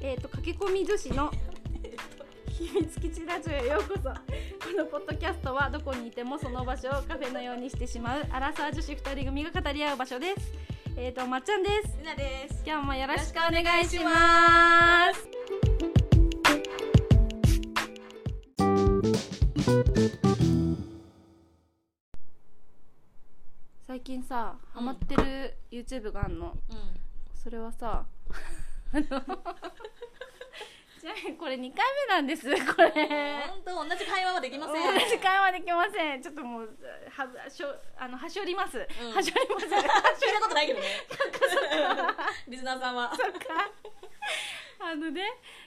えー、と駆け込み女子の秘密基地ラジオへようこそこのポッドキャストはどこにいてもその場所をカフェのようにしてしまうアラサー女子2人組が語り合う場所ですえっ、ー、とまっちゃんですみなです今日もよろしくお願いします最近さハマってる YouTube があんの、うんそれはさあのちなみにこれ2回目なんですこれ本当同じ会話はできません同じ会話できませんちょっともうはしょあのはしょります、うんはしょります聞いたことないけどね リスナーさんはあのね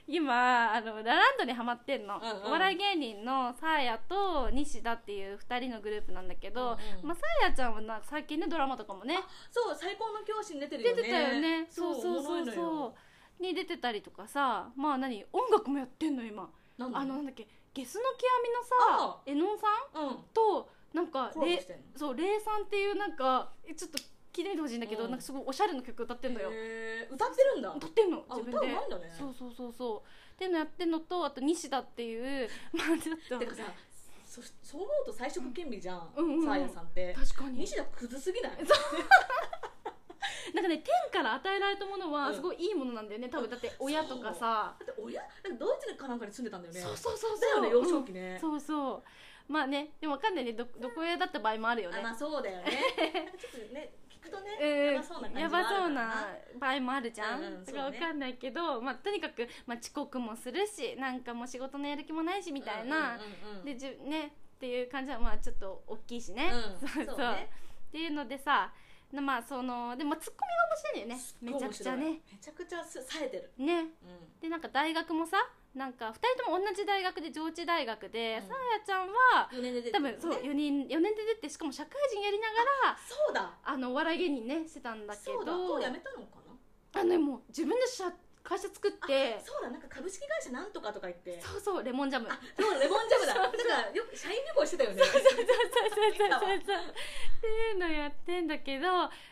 今あのラランドにハマってんの、うんうんお笑い芸人のサーヤと西田っていう2人のグループなんだけど、うんうんまあ、サーヤちゃんはな最近ねドラマとかもねそう最高の教師に出てるよ出ねてたよねそうそうおもろそいうのそように出てたりとかさまあ何音楽もやってんの今なんだあのなんだっけゲスの極みのさあえのんさんうんとなんかコラボれしてんのそうレイさんっていうなんかえちょっと聞いてみてほしいんだけど、うんなんかすごいおしゃれな曲歌ってんのよへー歌ってるんだ歌ってんのあ自分で歌うまいんだねそうそうそうそうっていうのやってんのとあと西田って いうまあちょっとてかさそそう思うと最色顕微じゃんうんうんうんサーヤさんって確かに西田クズすぎないなんかね天から与えられたものうはんすごいいいものなんだよね多分だって親とかさだって親なんかドイツかなんかに住んでたんだよねそうそうそうそうだよね幼少うん期ね、そうそうまあねでもわかんないねどどこへだった場合もあるよねあまあそうだよねちょっとね聞くとね、うんやばそうな感じやもばあるからそうな場合もあるじゃん、うんうんだからそうわねかんないけど、まあ、とにかく、まあ、遅刻もするしなんかもう仕事のやる気もないしみたいな、うんうんうんでじゅねっていう感じはまあちょっと大きいしね、うんそうそうそうねっていうのでさなまあそのでもツッコミが面白いんだよねめちゃくちゃねめちゃくちゃす冴えてる、ねうでなんか大学もさなんか2人とも同じ大学で上智大学で、うんさあやちゃんはん、4年で出多てるね分そう4人四年で出てしかも社会人やりながらそうだあのお笑い芸人ねしてたんだけそうだもどうやめたのかなあのねもう自分で社会社作っあてそうだなんか株式会社なんとかとか言ってそうそうレモンジャムあそうレモンジャムだなんかよく社員旅行してたよねそうそうそうそうそうそうっていうのやってんだけど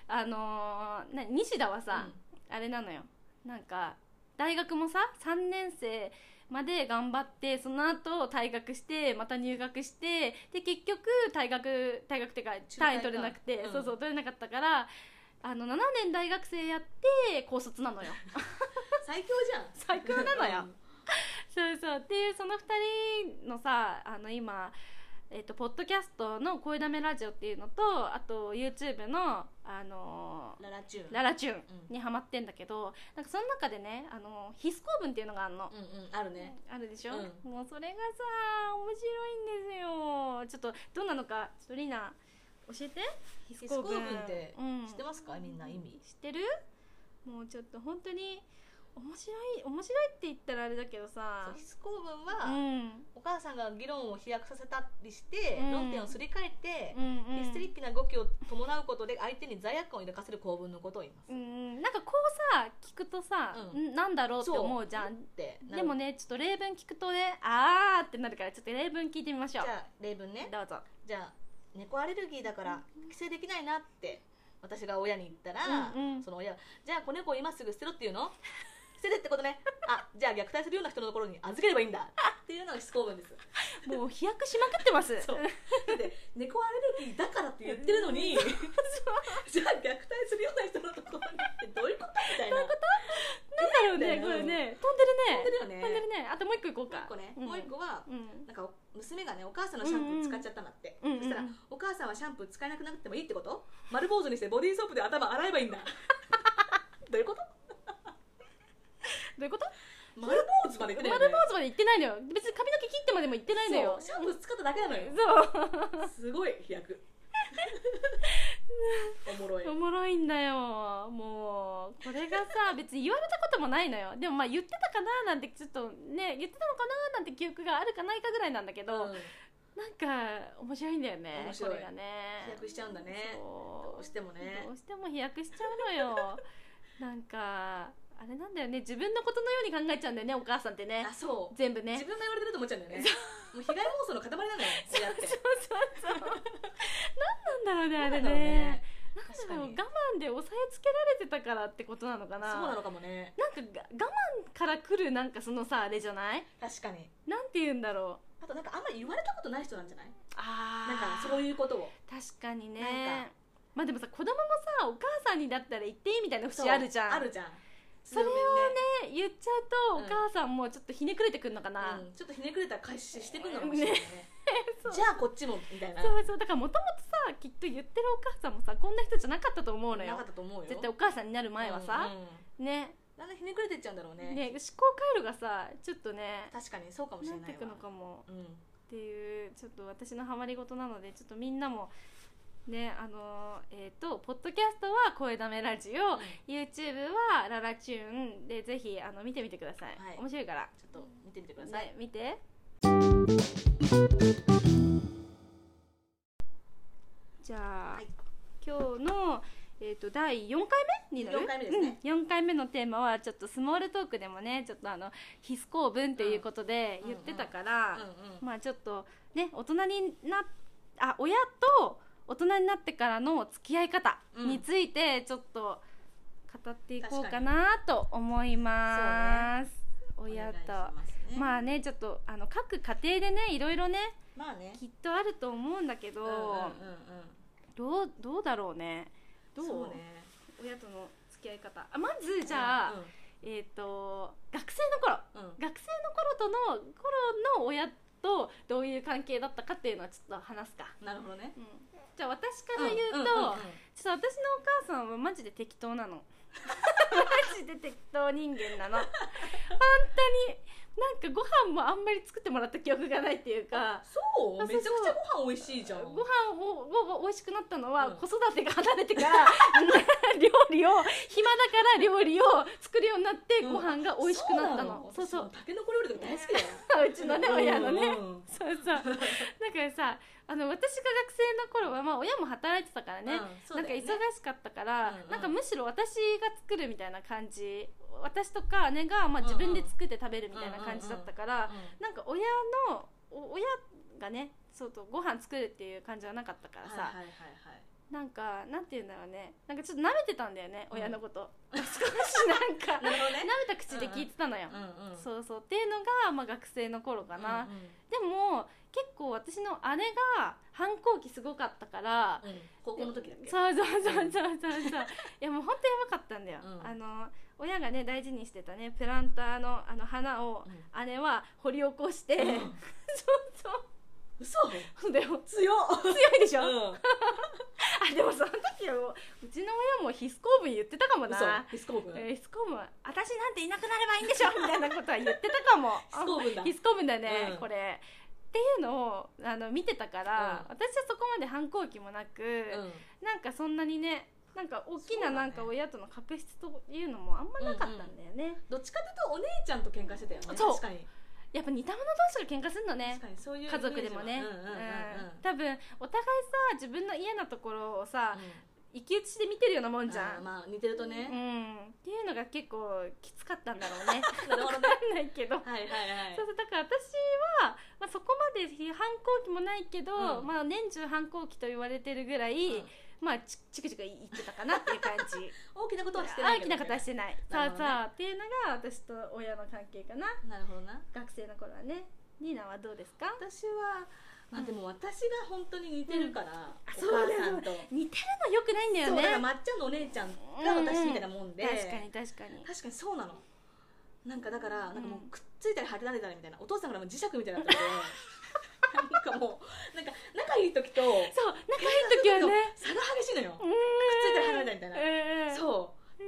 あのーな西田はさ、あれなのよなんか大学もさ3年生まで頑張ってその後退学してまた入学してで結局退学退学っていうか中退か単位取れなくて、うんそうそう取れなかったからあの7年大学生やって高卒なのよ最強じゃん最強なのよそうそうっていうその2人のさあの今えっとポッドキャストの「声だめラジオ」っていうのとあと YouTube の「あのうんララチューンララチューンう」んにハマってんだけどなんかその中でね、あのヒス構文っていうのがあるの、うんうんあるねあるでしょ、うもうそれがさ面白いんですよちょっとどんなのかちょっとリナ教えてヒヒス構文ってうん知ってますかみんな意知味ってるもうちょっと本当に面白い面白いって言ったらあれだけどさそうヒス構う文はんお母さんが議論を飛躍させたりしてうん論点をすり替えてうんうんヒステリックな動きを伴うことで相手に罪悪感を抱かせる構文のことを言いますうんなんかこうさ聞くとさ、うんんなんだろうってそう思うじゃっんてなるでもねちょっと例文聞くとねあーってなるからちょっと例文聞いてみましじょゃうあ例文ねどうぞじゃあ猫アレルギーだから帰省できないなって私が親に言ったら、うんうんその親がじゃあ子猫を今すぐ捨てろっていうの 捨ててってことねあじゃあ虐待するような人のところに預ければいいんだっていうのが思考文ですもう飛躍しまくってますそうだって猫アレルギーだからって言ってる のにじゃあ虐待するような人のところにってどういうことみたいななんだろうね ねこれね飛んで飛るよんでるねね飛んでるねあともう一個いこうかもう一個ね、うん、もう一個はうんなんか娘がねお母さんのシャンプー使っちゃったんだって、うんうんそしたうらんうん「お母さんはシャンプー使えなくなってもいいってこと丸坊主にしてボディーソープで頭洗えばいいんだ」 どういうこと どういうこと丸坊主まで言ってた丸よね坊主まで行ってないのよ別に髪の毛切ってまでも行ってないのよそうシャンプー使っただけなのよそうすごい飛 躍おもろいおもろいんだよもうこれがさ別に言われたこともないのよでもまあ言ってたかななんてちょっとね言ってたのかななんて記憶があるかないかぐらいなんだけど、うんなんか面白いんだよね面白いこれがね飛躍しちゃうんだねそうどうしてもねどうしても飛躍しちゃうのよ なんかあれなんだよね自分のことのように考えちゃうんだよねお母さんってねあそう全部自ね分が言われてると思っちゃうんだよねもう被害妄想の塊なのよ親ってそうそうそうなんなんだろうねあれなんだろうね確か我に慢慢で抑えつけられてたからってことなのかなそうなのかもねなんかが我慢から来るなんかそのさあれじゃない確かになんて言うんだろうあとなんかあんまり言われたことない人なんじゃないあなんかそそうういうことを確かになんねかまあでもさ子供もさお母さんにだったら言っていいみたいな節あるじゃんあるじゃんそれをねうね言っちゃうとおうん母さんもちょっとひねくれてくるのかんな、うんちょっとひねくれたら開始してくるのかもしれないね じゃあこっちもみたいなそうそうだからもともとさきっと言ってるお母さんもさこんな人じゃなかったと思うのなよかったと思うよ絶対お母さんになる前はさう、んうんねなんかひねくれてっちゃうんだろうねね思考回路がさちょっとね確かにそうかもしなれっなていくわのかもうんっていうちょっと私のハマり事なのでちょっとみんなもねあのえっ、とポッドキャストは「声だめラジオ」うん YouTube は「ララチューン」でぜひあの見てみてください、はい面白いから、ちょっと見てみてくださいね、見てじゃあ、はい今日の、えー、と第4回目になる4回目ですね、うん、4回目のテーマはちょっとスモールトークでもねちょっとあの必須公文ということでうん言ってたから、うんうんまあちょっとね大人になあ親と大人になってからの付き合い方についてちょっと語っていこうかなと思います。親とお願いしますねまあねちょっとあの各家庭でねいろいろねまあねきっとあると思うんだけど、うんうんうんうんどうどうだろうねどうそうね親との付き合い方あまずじゃあ、えっ、と学生の頃うんうん学生の頃との頃の親とどういう関係だったかっていうのはちょっと話すか、なるほどねうんじゃあ私から言うと、んんんんちょっと私のお母さんはマジで適当な のマジで適当人間なの本当になんかご飯もあんまり作ってもらった記憶がないっていうかそうあめちゃくちそうゃご飯美味しいじごゃん飯をを美味しくなったのはうん子育てが離れてから 料理を暇だから料理を作るようになってうんご飯が美味しくなったの、そ そううそそううたけのこ料理とか大好きだようちのねうんうんうん親のね、うんそうそうだからさあの私が学生の頃はまあ親も働いてたからね、そうなんかだよ忙ねしかったから、うんうんなんかむしろ私が作るみたいな感じ私とか姉がまあうんうん自分で作って食べるみたいな感じだったから、うんなんか親のお親がねそうとご飯作るっていう感じはなかったからさ、はいはいはいはいなんかなんて言うんだろうねなんかちょっと舐めてたんだよね、うん親のこと少しなん かなるほど舐ねめた口で聞いてたのよ、うんうんそうそうっていうのが、まあ、学生の頃かな、うんうんでも結構私の姉が反抗期すごかったから、うん高校の時だっけそうそうそうそうそ うそういやもう本当やばかったんだよ、うんあの親がね大事にしてたねプランターのあの花をうん姉は掘り起こして、そううん嘘そうだよ強っ強いでしょ、あうんでもその時はもううちの親も必須公文言ってたかも嘘なヒスコーブンえー、必須公文は私なんていなくなればいいんでしょみたいなことは言ってたかもヒスコーブン必須公文だだね、うんこれっていうのをあの見てたから、う私はそこまで反抗期もなく、うんなんかそんなにねなんか大きなそうだねなんか親との確執というのもあんまなかったんだよね、どっちかというとお姉ちゃんと喧嘩してたよねそう確かにやっぱ似た者同士が喧嘩するのね確かにそういうイメ家ージは族でもね、うんうんうんうんうん多分お互いさ自分の嫌なところをさ生き写しで見てるようなもんじゃあーん、まあ似てるとうねんっていうのが結構きつかったんだろうね なるほど分ねかんないけど、はいはいはいそうそうだから私は、まあ、そこまで反抗期もないけど、うんまあ、年中反抗期と言われてるぐらい、うんまあ、ちチクチク言ってたかなっていう感 じ大きなことはしてな大いきけどなねことはしてないなさあるほどねさあっていうのが私と親の関係かななるほどな学生の頃はねニーナはどうですか私はまあでも私が本当に似てるからおそうだ母よさんと似てるのよくないんだそようだからねまっちゃんのお姉ちゃんが私みたいなもんで確かに確かに確かにそうなのなんかだからなんかもううんくっついたり離れたりみたいなお父さんからも磁石みたいになったのでなんかもうなんか仲いい時とそう仲いい時はね差が激しいのよくっうんついたり離れたりみたいなうんうんそう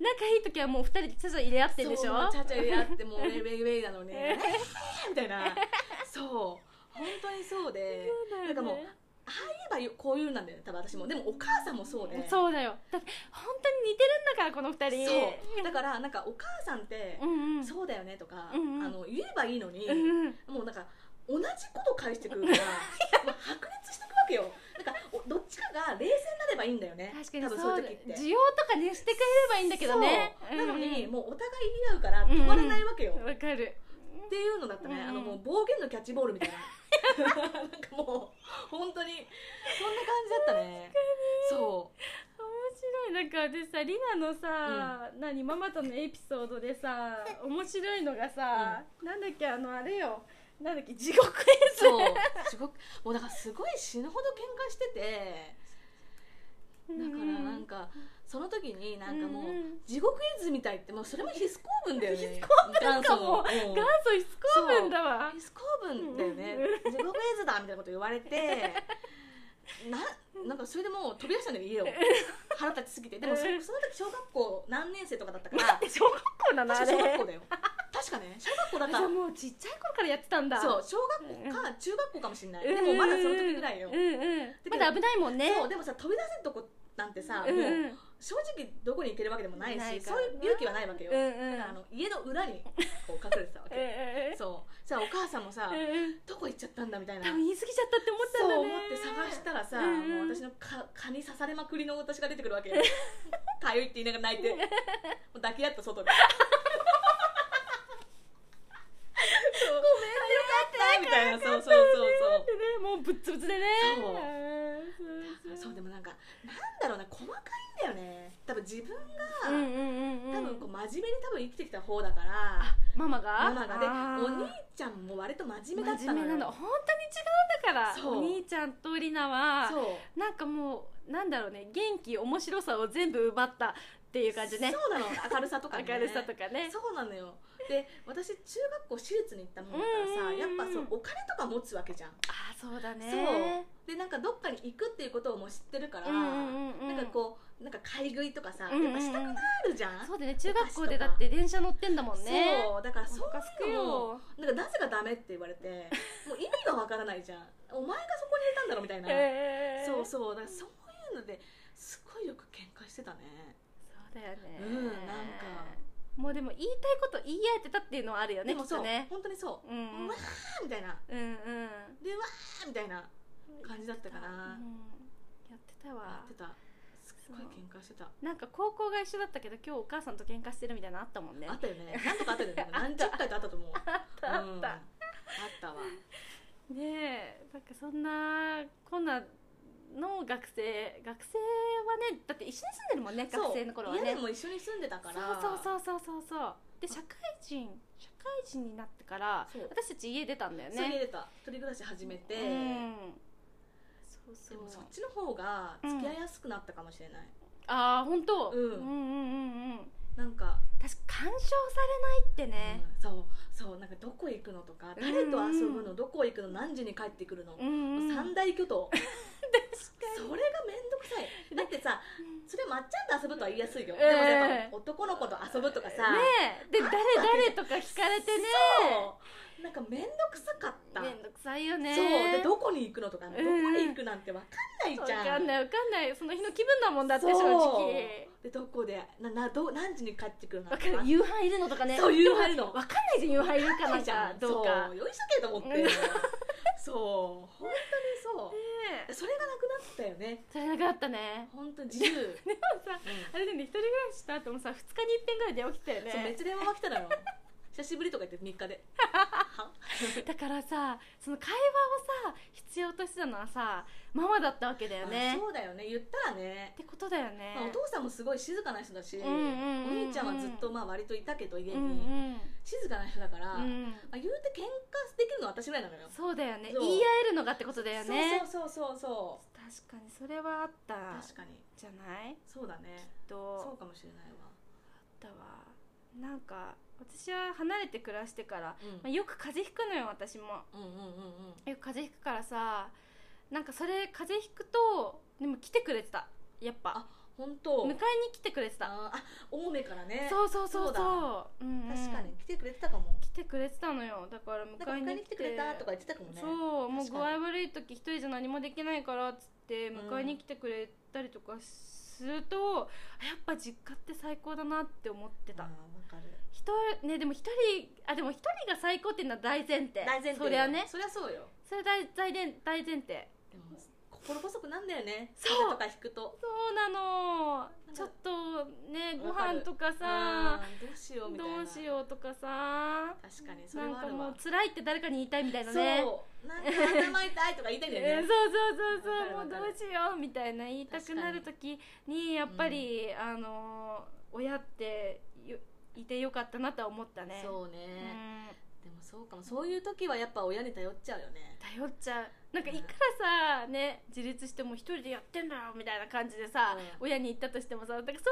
仲いい時はもう二人でちゃちゃ入れ合ってるでしそうもょうチャチャ入れ合ってもうウェイウェイウェイなのに、えーね、みたいなそう本当にそうでそうだよねなんかもうああ言えばこういうのなんだよね多分私もでもお母さんもそうでそうだよだって本当に似てるんだからこの二人そうだからなんかお母さんってう、んうんそうだよねとか、うんうんあの言えばいいのに、うんうんもうなんか同じこと返してくるから もう白熱してくわけよなんかおどっちかが冷静になればいいんだよね確かに多分そそうういう時って需要とかねしてくれればいいんだけどねそうなのに、うんもうお互い言い合うから止まらないわけよ、うんわかるっていうのだったね、うんあのもう暴言のキャッチボールみた いな なんかもう本当にそんな感じだったねそう面白いなんか私さリナのさ、何ママとのエピソードでさ 面白いのがさ、なんだっけあのあれよなんだっけ地獄絵図そうすごくもうだからすごい死ぬほど喧嘩しててだからなんかその時になんかもう地獄絵図みたいってもうそれもヒス構文だよねヒス元祖のかうん元祖非公文だわヒス構文だよねう地獄絵図だみたいなこと言われ てななんかそれでもう飛び出したんだよ家を腹立ちすぎてでもそその時小学校何年生とかだったからで 小学校なのあ確かれ小学校だよ確かね小学校だっあじゃたあもうちっちゃい頃からやってたんだそう小学校か中学校かもしれないうんでもまだその時ぐらいようんうんまだ危ないもんねそうでもさ飛び出せるとこなんてさ、うんうもうん正直どこに行けるわけでもないしないかそらうないう勇気はないわけよ、うんだうんからあの家の裏にこう隠れてたわうん うけんそうじゃあお母さんもさ、うんうんどこ行っちゃったんだみたいな多分言い過ぎちゃったって思ったんだそうね思って探したらさ、うんうんもう私のか蚊に刺されまくりの私が出てく るわけかゆいって言いながら泣いてもう抱き合った外でそうごめんみねたいな仲良かったねそうそうそうそうでねもうぶっつぶつでねそうんそうでもなんかなんだろうな細かいんだよね多分自分うが、んうんうんう多ん分こう真面目に多分生きてきた方だからママがママがでお兄ちゃんも割と真面目だった真の面よ目なの本当に違うんだからそうお兄ちゃんとりなはそうなんかもうなんだろうね元気面白さを全部奪ったっていう感じねそうなの明るさとかね明るさとかねそうなのよで私中学校私立に行ったもんだかうらさんやっぱそうお金とか持つわけじゃんああそうだねそうでなんかどっかに行くっていうことをもう知ってるから、うんうんうんうんなんかこうなんか買い食いとかさ、うんうんうんやっぱしたくなるじゃん、そうだね中学校でだって電車乗ってんだもんねそうだからそおう腹すくいうのもよなんかなぜかダメって言われてもう意味がわからないじゃんお前がそこにいたんだろみたいな、へーそうそうだからそういうのですごいよく喧嘩してたねそうだよねうんなんかもうでも言いたいこと言い合えてたっていうのはあるよねでもきっとそう、ね本当にそううんうわーみたいなうんうんでわーみたいな感じだったかうなんやってたやわってたすっごい喧嘩してたなんか高校が一緒だったけど今日お母さんと喧嘩してるみたいなのあったもんねあったよね何とか あったよね何十回かあったと思うあったあったあったわねえなんかそんなこんなの学生学生はねだって一緒に住んでるもんねそう学生の頃はね家でも一緒に住んでたからそうそうそうそうそうで社会人社会人になってからそう私たち家出たんだよそう家ね出た一人暮らし始めて、うんそうでそうもそっちの方が付き合いやすくなったかもしれない、ああ本当、うんうんうんうんうんなんか、確か干渉されないってねうんそうそうなんかどこ行くのとかうん誰と遊ぶの、どこ行くの何時に帰ってくるの、うんうん、三 確大巨頭かそれが面倒くさいだってさにそれまっちゃんと遊ぶとは言いやすいよ、えでもやっぱ男の子と遊ぶとかさ、ねえで誰誰とか聞かれてねそうなんか面倒くさかった、めんどくさいよねそうでどこに行くのとか、んどこに行くなんてわかんないじゃわかんんないわかんないその日の気分だもんだって正そう直でどこでななど何時に帰ってくるのわかる夕飯いるのとかねそう夕飯いるのでもわかんないじゃん夕飯いるかなんかどうかそねうよいしょけと思ってうんそう本当にそうえそれがなくなったよねそれなくなったね本当自由、うん でもさあれでね一人暮らしした後もさ2日に一遍ぐらいで起きたよそうめっねちゃ電話が来たの よ久しぶりとか言って3日ではだからさその会話をさ必要としてたのはさママだったわけだよあねそうだよね言ったらねってことだよねまあ、お父さんもすごい静かな人だし、うんうんうんうんお兄ちゃんはずっとまあ割といたけど家に、うんうん静かな人だから、うまんあ、言うて喧嘩できるのは私ぐらいなのよそうだよねそう言い合えるのがってことだよねそうそうそうそ確かにそれはあったう確かにじゃないそうだねとそうかもしれないわ、だわなんか私は離れて暮らしてから、うんまあ、よく風邪ひくのよ私もうんうんうんうんよく風邪ひくからさなんかそれ風邪ひくとでも来てくれてたやっぱ本当迎えに来てくれてたあーあ青梅からねそうそうそうそうそうだう、んうん、確かに来てくれてたかも来てくれてたのよだからなんか迎え迎えに来に来ててくれたとか言ってたかもねそうもう具確合かに悪い時一人じゃ何もできないからっつって迎えに来てくれたりとかすると、やっぱ実家って最高だなって思ってた、あーわかる一人ねでも一人あでも一人が最高っていうのは大前提大前提それはねそりゃそうよそれ大大前大前提でもこ心細くなんだよねそう肩とか引くとそうなのなんかちょっとねごわか飯るとかさあーどうしようみたいなどうしようとかさ確かにそれなんはあかるもうわ辛いって誰かに言いたいみたいなそうねなんか頭痛いとか言いたいんだえよーそうねそうそうそうわもかうどるわかるうしようみたいな言いたくなる時にやっぱり、あのー親ってよいてよかったなとは思ったねそううね、んでもそうかもそういう時はやっぱ親に頼っちゃうよね頼っちゃうなんかいくらさね自立しても一人でやってんだよみたいな感じでさ、うん親に言ったとしてもさなんかそういう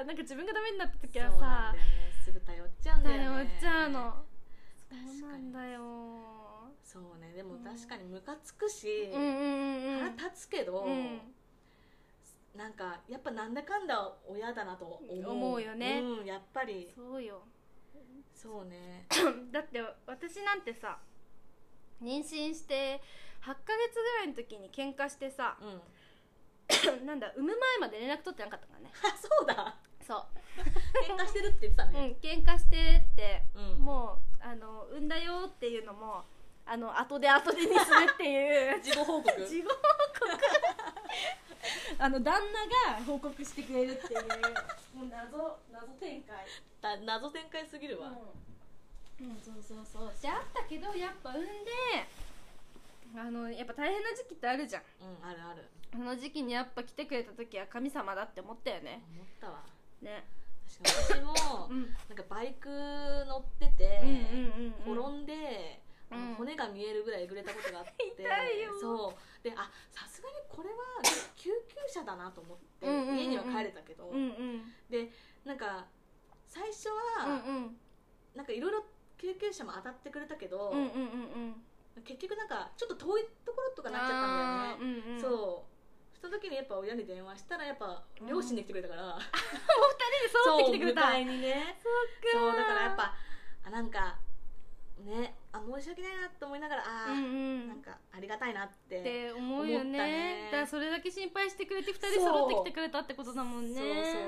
さなんか自分がダメになった時はそうなさんだよねすぐ頼っちゃうんだよね頼っちゃうの確そうかなにんだよそうねでも確かにムカつくし、うんうんうん腹立つけど、うんなんかやっぱなんだかんだ親だなと思う思うよねうん、やっぱりそうよそうねだって私なんてさ妊娠して8ヶ月ぐらいの時に喧嘩して さうん なんだ産む前まで連絡取ってなかったからねあそうだそう喧嘩してるって言ってたうね、ん喧嘩してってうんもうあの産んだよっていうのもあの後で後でにするっていう 事後報告事後報告あの旦那が報告してくれるっていうもう謎謎展開だ謎展開すぎるわ、うん、うん、そうそうそうであったけどやっぱ産んであのやっぱ大変な時期ってあるじゃんうんあるあるあの時期にやっぱ来てくれた時は神様だって思ったよね思ったわね、確かに私もうん、なんかバイク乗ってて、うんうんうんうん転んで、あのうん骨が見えるぐらいえぐれたことがあって痛いよそうであさすがにこれは救急車だなと思って、うんうんうん家には帰れたけど、うんうんでなんか最初うんは、うんなんかいろいろ救急車も当たってくれたけど、うんうんうんうん結局なんかちょっと遠いところとかなっちゃったんだよね、あーうんうん、うそうその時にやっぱ親に電話したらやっぱ両親で来てくれたから、そうってきてくれたそう迎えにねそそうっかだからやっぱあなんかねあ申し訳ないなと思いながらうあー、んうんなんかありがたいなっってて思うよ思っねたねだからそれだけ心配してくれて2人揃ってきてくれたってことだもんね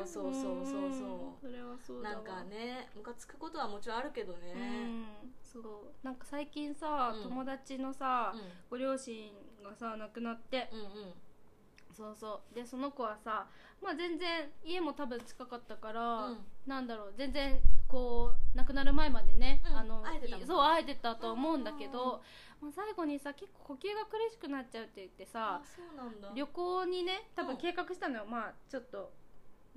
そうそうそうそうそうそうんそれはそうだわなんかねムカつくことはもちろんあるけどね、うんそうなんか最近さ、うん友達のさ、うんご両親がさ亡くなって、うんそうそうでその子はさまあ全然家も多分近かったから、うんうんなんだろう全然こう亡くなる前までね、うんあの会えてたもんねそう会えてたと思うんだけど、うんうんうんまあ、最後にさ結構呼吸が苦しくなっちゃうって言ってさあそうなんだ旅行にね多う分ん計画したのよ、まあちょっと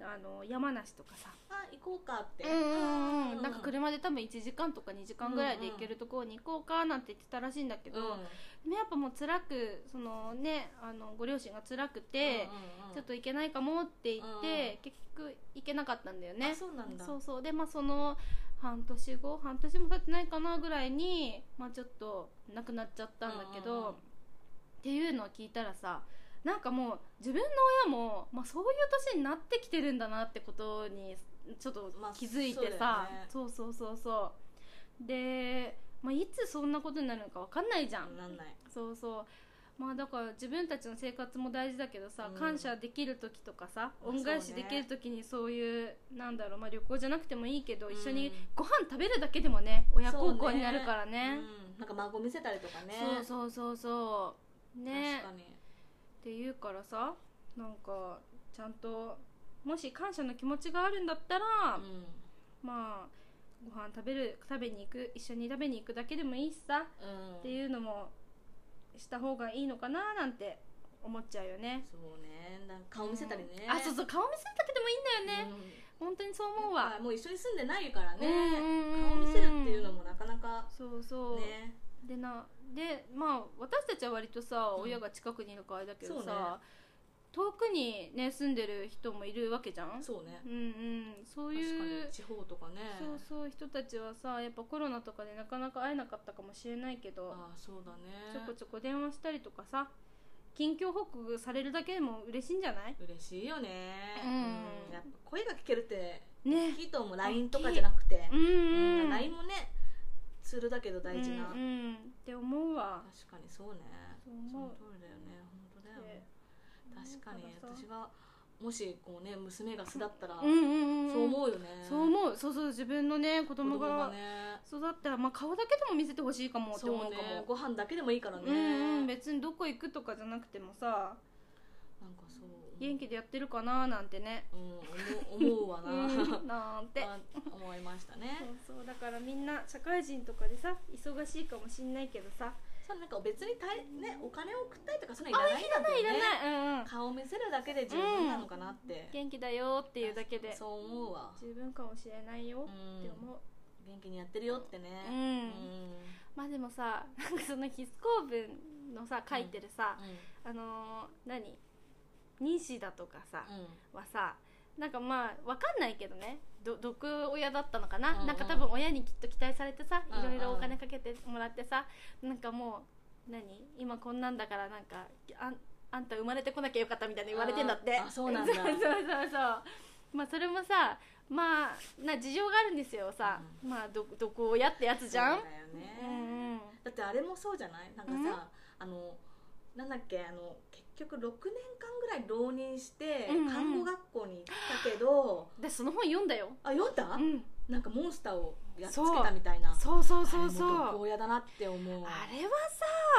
あの山梨とかさあ行こうかってうんなんか車で多分1時間とか2時間ぐらいで行けるところに行こうかなんて言ってたらしいんだけうど、んうんねやっぱもう辛くそのねあのご両親が辛くて、うんちょっと行けないかもって言って、結局行けなかったんだよねあそうなんだそうそうでまあその半年後半年も経ってないかなぐらいにまあちょっと亡くなっちゃったんだけど、うんうんうんっていうのを聞いたらさなんかもう自分の親も、まあ、そういう年になってきてるんだなってことにちょっとまあ気づいてさ、そうそうそうそうで、まあ、いつそんなことになるのか分かんないじゃんなんないそうそうまあだから自分たちの生活も大事だけどさ、うん感謝できる時とかさあ恩返しそうねできる時にそういうなんだろう、まあ、旅行じゃなくてもいいけど、うん一緒にご飯食べるだけでもね親孝そう行ねになるからねうんなんか孫見せたりとかねそうそうそうそうね確かにっていうからさなんかちゃんともし感謝の気持ちがあるんだったら、うんまあご飯食べる食べに行く一緒に食べに行くだけでもいいしさうんっていうのもした方がいいのかななんて思っちゃうよねそうねなんか顔見せたりうね、んあそうそう顔見せるだけでもいいんだよね、うん本当にそう思うわまあもう一緒に住んでないからうね、んうんうん顔見せるっていうのもなかなかそうそう、ねでなでまあ私たちは割とさ、うん親が近くにいるからあれだけどそうねさ、遠くにね住んでる人もいるわけじゃんそうねうんうんそう確かいにう地方とかねそうそう人たちはさやっぱコロナとかでなかなか会えなかったかもしれないけどああそうだちょこねちょこ電話したりとかさ近況報告されるだけでも嬉しいんじゃない嬉しいよねうんやっぱ声が聞けるってね大きいと思う LINE とかじゃなくて、うんうん、 LINE もねツールだけど大事な、うんうん、って思うわ確かにそうねそう思うその通りだよね本当だよね確かにだからさ私がもしこうね娘が巣だったら、うんうんうんそう思うよねそう思うそうそう自分のね子供子供ががね育ったら、まあ、顔だけでも見せてほしいかもってそう思うかもねご飯だけでもいいからね、うんうんなんか別にどこ行くとかじゃなくてもさそう元気でやってるかななんてねうん、思う思うわ うな、んなんてまあ思いましたそうねそうだからみんな社会人とかでさ忙しいかもしんないけどさそうなんか別に大ねお金を送ったりとかそんなのいらないんだもんねいらない、うんうん、顔を見せるだけで十分なのかなって、元気だよっていうだけでそう思うわ、十分かもしれないようってん、思う元気にやってるよってねうん、うんまあでもさなんかそのヒス構文のさ書いてるさ、あのー何西田とかさ、うんはさなんかまあわかんないけどねど毒親だったのかな、うんうんなんか多分親にきっと期待されてさうんうんいろいろお金かけてもらってさ、なんかもう何今こんなんだからなんかあんあんた生まれてこなきゃよかったみたいな言われてんだってあーあそうなんだ そうそうそうそうまあそれもさまあな事情があるんですよさ、まあど毒親ってやつじゃんそうだよね、うんうんだってあれもそうじゃないなんかさ、あのなんだっけあの結局6年間ぐらい浪人してうんうん看護学校に行ったけど、でその本読んだよ、あ読んだ、うん、なんかモンスターをやっつけたみたいなそうそうそうそうあれも毒親だなって思うあれは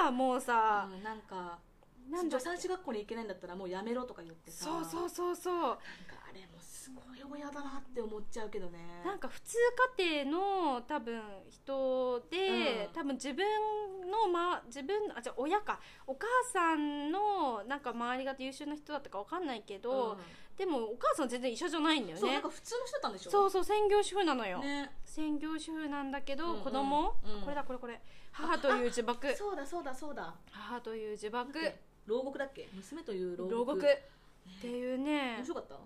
さもうさ、うんなんかなんだ助産師学校に行けないんだったらもうやめろとか言ってさそうそうそうそうなんかあれもすごい親だなって思っちゃうけどねなんか普通家庭の多分人で、うん多分自分の、ま、自分あじゃあ親かお母さんのなんか周りが優秀な人だったかわかんないけど、うでもお母さん全然医者じゃないんだんよそうなねんか普通の人だったんでしょそうそう専業主婦なのよ、ね専業主婦なんだけど、うんうん子供、うんこれだこれこれ母という呪縛そうだそうだそうだ母という呪縛で牢獄だっけ娘という牢獄牢獄っていうね面白かった、い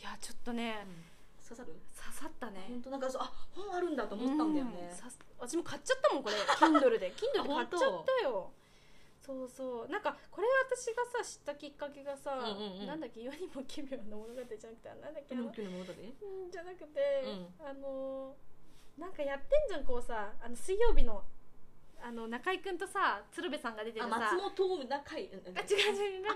やちょっとね刺さる刺さったね、本当なんかそうあ本あるんだと思ったんだよねう、さ私も買っちゃったもん これ Kindle で Kindle で買っ本ちゃ当ったよそうそうなんかこれ私がさ知ったきっかけがさ、うんうんうんなんだっけ世にも奇妙な物語じゃなくてなんだっけうな、ん、う今日の物語んじゃなくて、うあのーなんかやってんじゃんこうさあの水曜日のあの中居君とさ鶴瓶さんが出てるあさ松本あ中井違う違う違う水曜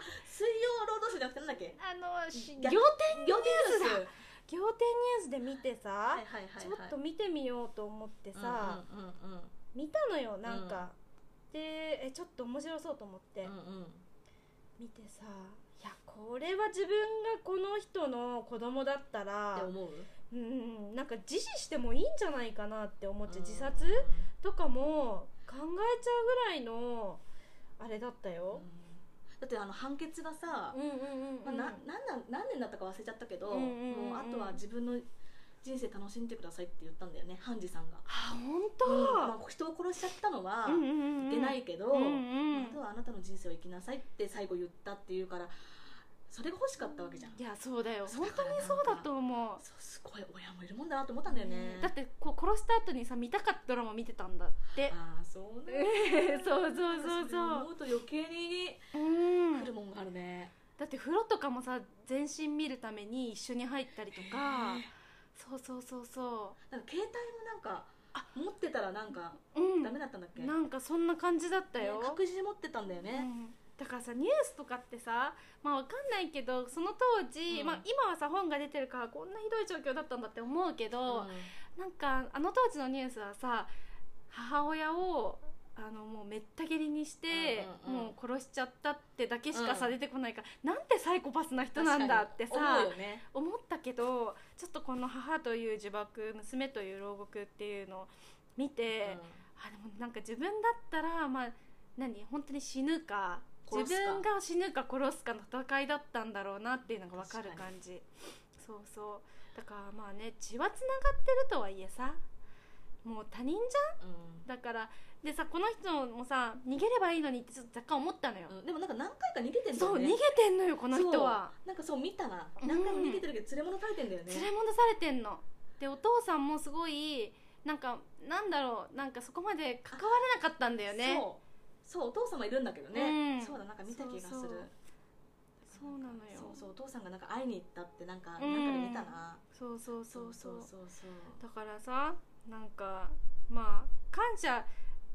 ロードショーじゃなくてなんだっけあのし仰逆天仰天ニュース仰天ニュースで見てさ、はいはいはいはいちょっと見てみようと思ってさ、うんうんうん見たのよなんか、でえちょっと面白そうと思って、うんうん見てさいやこれは自分がこの人の子供だったってら思ううんなんか自死してもいいんじゃないかなって思ってうん自殺とかも考えちゃうぐらいのあれだったよ。だってあの判決がさう、んうんうんうんまあ、ななんなん何年だったか忘れちゃったけど、うんうんうんうんもうあとは自分の人生楽しんでくださいって言ったんだよね判事さんが、あ本うんま当あ、人を殺しちゃったのはうんうんうんうんいけないけど、うんうんあとはあなたの人生を生きなさいって最後言ったっていうからそれが欲しかったわけじゃん、いやそうだよそう本だか当らにそうだと思うそうすごい親もいるもんだなと思ったんだよねだってこう殺した後にさ見たかったドラマ見てたんだってああ そうねそうそうそうれそう思うと余計にうん来るもんがあるね、だって風呂とかもさ全身見るために一緒に入ったりとかそうそうそうそなんか携帯もなんか持ってたらなんかううんダメだったんだっけ、なんかそんな感じだったよ、ね隠し持ってたんだようね、んだからさニュースとかってさまあわかんないけどその当時、うんまあ、今はさ本が出てるからこんなひどい状況だったんだって思うけうんど、なんかあの当時のニュースはさ母親をあのもうめった蹴りにして、うんうんうんもう殺しちゃったってだけしかさ、うん出てこないからなんてサイコパスな人なんだってさ確かに思うよね思ったけどちょっとこの「母という呪縛娘という牢獄」っていうのを見て、あでもなんか自分だったらまあ何本当に死ぬか殺自すか分が死ぬか殺すかの戦いだったんだろうなっていうのが分かる確か感じそうそうだからまあね血はつながってるとはいえさもう他人じゃんだからでさこの人もさ逃げればいいのにってちょっと若干思ったのよう、んうんでもなんか何回か逃げてんだよねそう逃げてんのよこの人はそうなんかそう見たらうん何回も逃げてるけど連れ戻されてんだよね、連れ戻されてんのでお父さんもすごいなんかなんだろうなんかそこまで関われなかったんだよねそうそうお父様いるんだけどね、うんそうだなんか見た気がすそるうそうそうなのよそうそうお父さんがなんか会いに行ったってなんか、うんなんかで見たなそうそうそうそうそうそうだからさなんかまあ感謝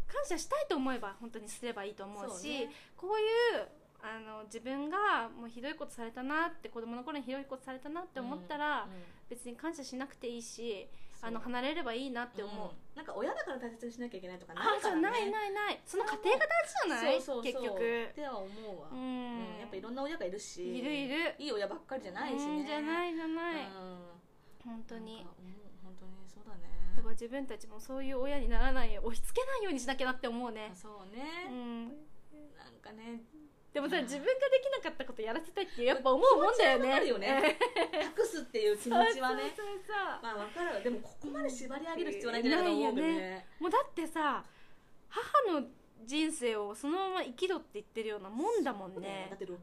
感謝したいと思えば本当にすればいいと思うしそうねこういうあの自分がもうひどいことされたなって子供の頃にひどいことされたなって思ったら、うん別に感謝しなくていいしあのそう離れればいいなって思う、うんなんか親だから大切にしなきゃいけないとかあいじかゃらあねないないないその過程が大事じゃないそうそうそう結局っては思うわ、ううんん、やっぱいろんな親がいるしいるいるいい親ばっかりじゃないしうねんじゃないじゃない、うん本当になんか思う本当にそうだねだから自分たちもそういう親にならないよう押し付けないようにしなきゃなって思うね、そううね、ん、なんかねでもさうん自分ができなかったことやらせたいってやっぱ思うもんだよね気持ちはわかるよね託すっていう気持ちはねそうそうそうそうまあわかるわでもここまで縛り上げる必要ないんじゃないかと思うけどねないよもうだってさ母の人生をそのまま生きろって言ってるようなもんだもんねだって6年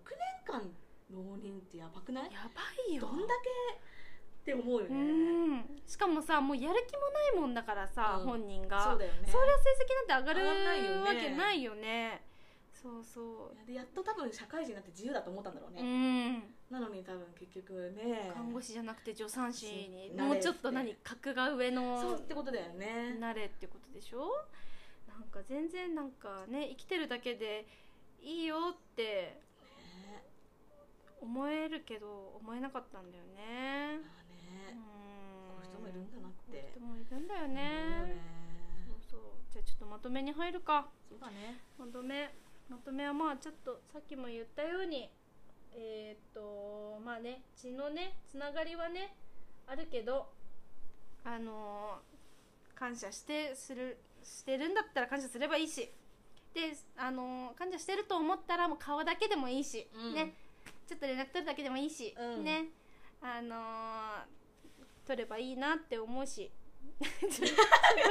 間浪人ってやばくないやばいよどんだけって思うようねんしかもさもうやる気もないもんだからさ、うん本人がそうだよねそりゃ成績なんて上がる上がんないよねわけないよねそうそでやっと多分社会人になって自由だと思ったんだろうう、ね、うんなのに多分結局ね看護師じゃなくて助産師にそうもうちょっと何格が上そうのってことだよねなれってことでしょなんか全然なんかね生きてるだけでいいよってね思えるけど思えなかったんだよねまあうねんこういう人もいるんだなっこういうて人もいるんだよね思うよねそうそうじゃあちょっとまとめに入るかそうだねまとめまとめはまあちょっとさっきも言ったようにえーっとまあね血のねつながりはねあるけどあのー感謝してするしてるんだったら感謝すればいいしであのー感謝してると思ったらもう顔だけでもいいし、うんねちょっと連絡取るだけでもいいし、うんねあのー取ればいいなって思う しちょっ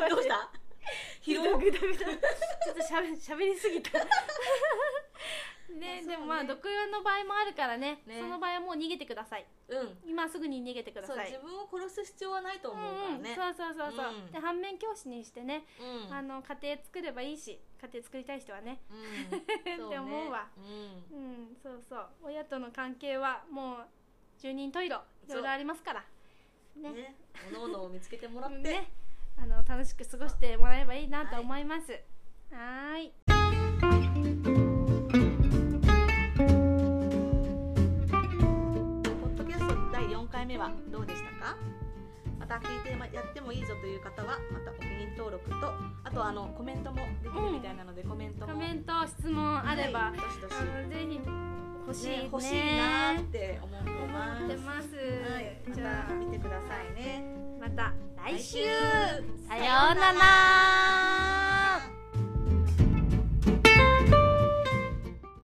とど うしたひ疲ど労いぐだぐだちょっとしゃべしゃべりすぎたねそうねでもまあ毒の場合もあるからねねその場合はもう逃げてくださいうん今すぐに逃げてくださそうい自分を殺す必要はないと思うからねうんうん、そうそうそうそう、うんで反面教師にしてね、うんあの家庭作ればいいし家庭作りたい人はねうんって思うわそねうんそうそう親との関係はもう十人十色いろいろありますからうねんねおのおのを見つけてもらってねあの楽しく過ごしてもらえばいいなと思いますはーいポッドキャスト第4回目はどうでしたかまた聞いてやってもいいぞという方はまたお気に入り登録とあとあのコメントもできるみたいなので、コメントもコメント質問あれば、はいどしどしあのぜひ欲しいねね欲しいなーって思ってます思ってます、はい、じじゃゃあ見あてくださいねまた来週来週さようなら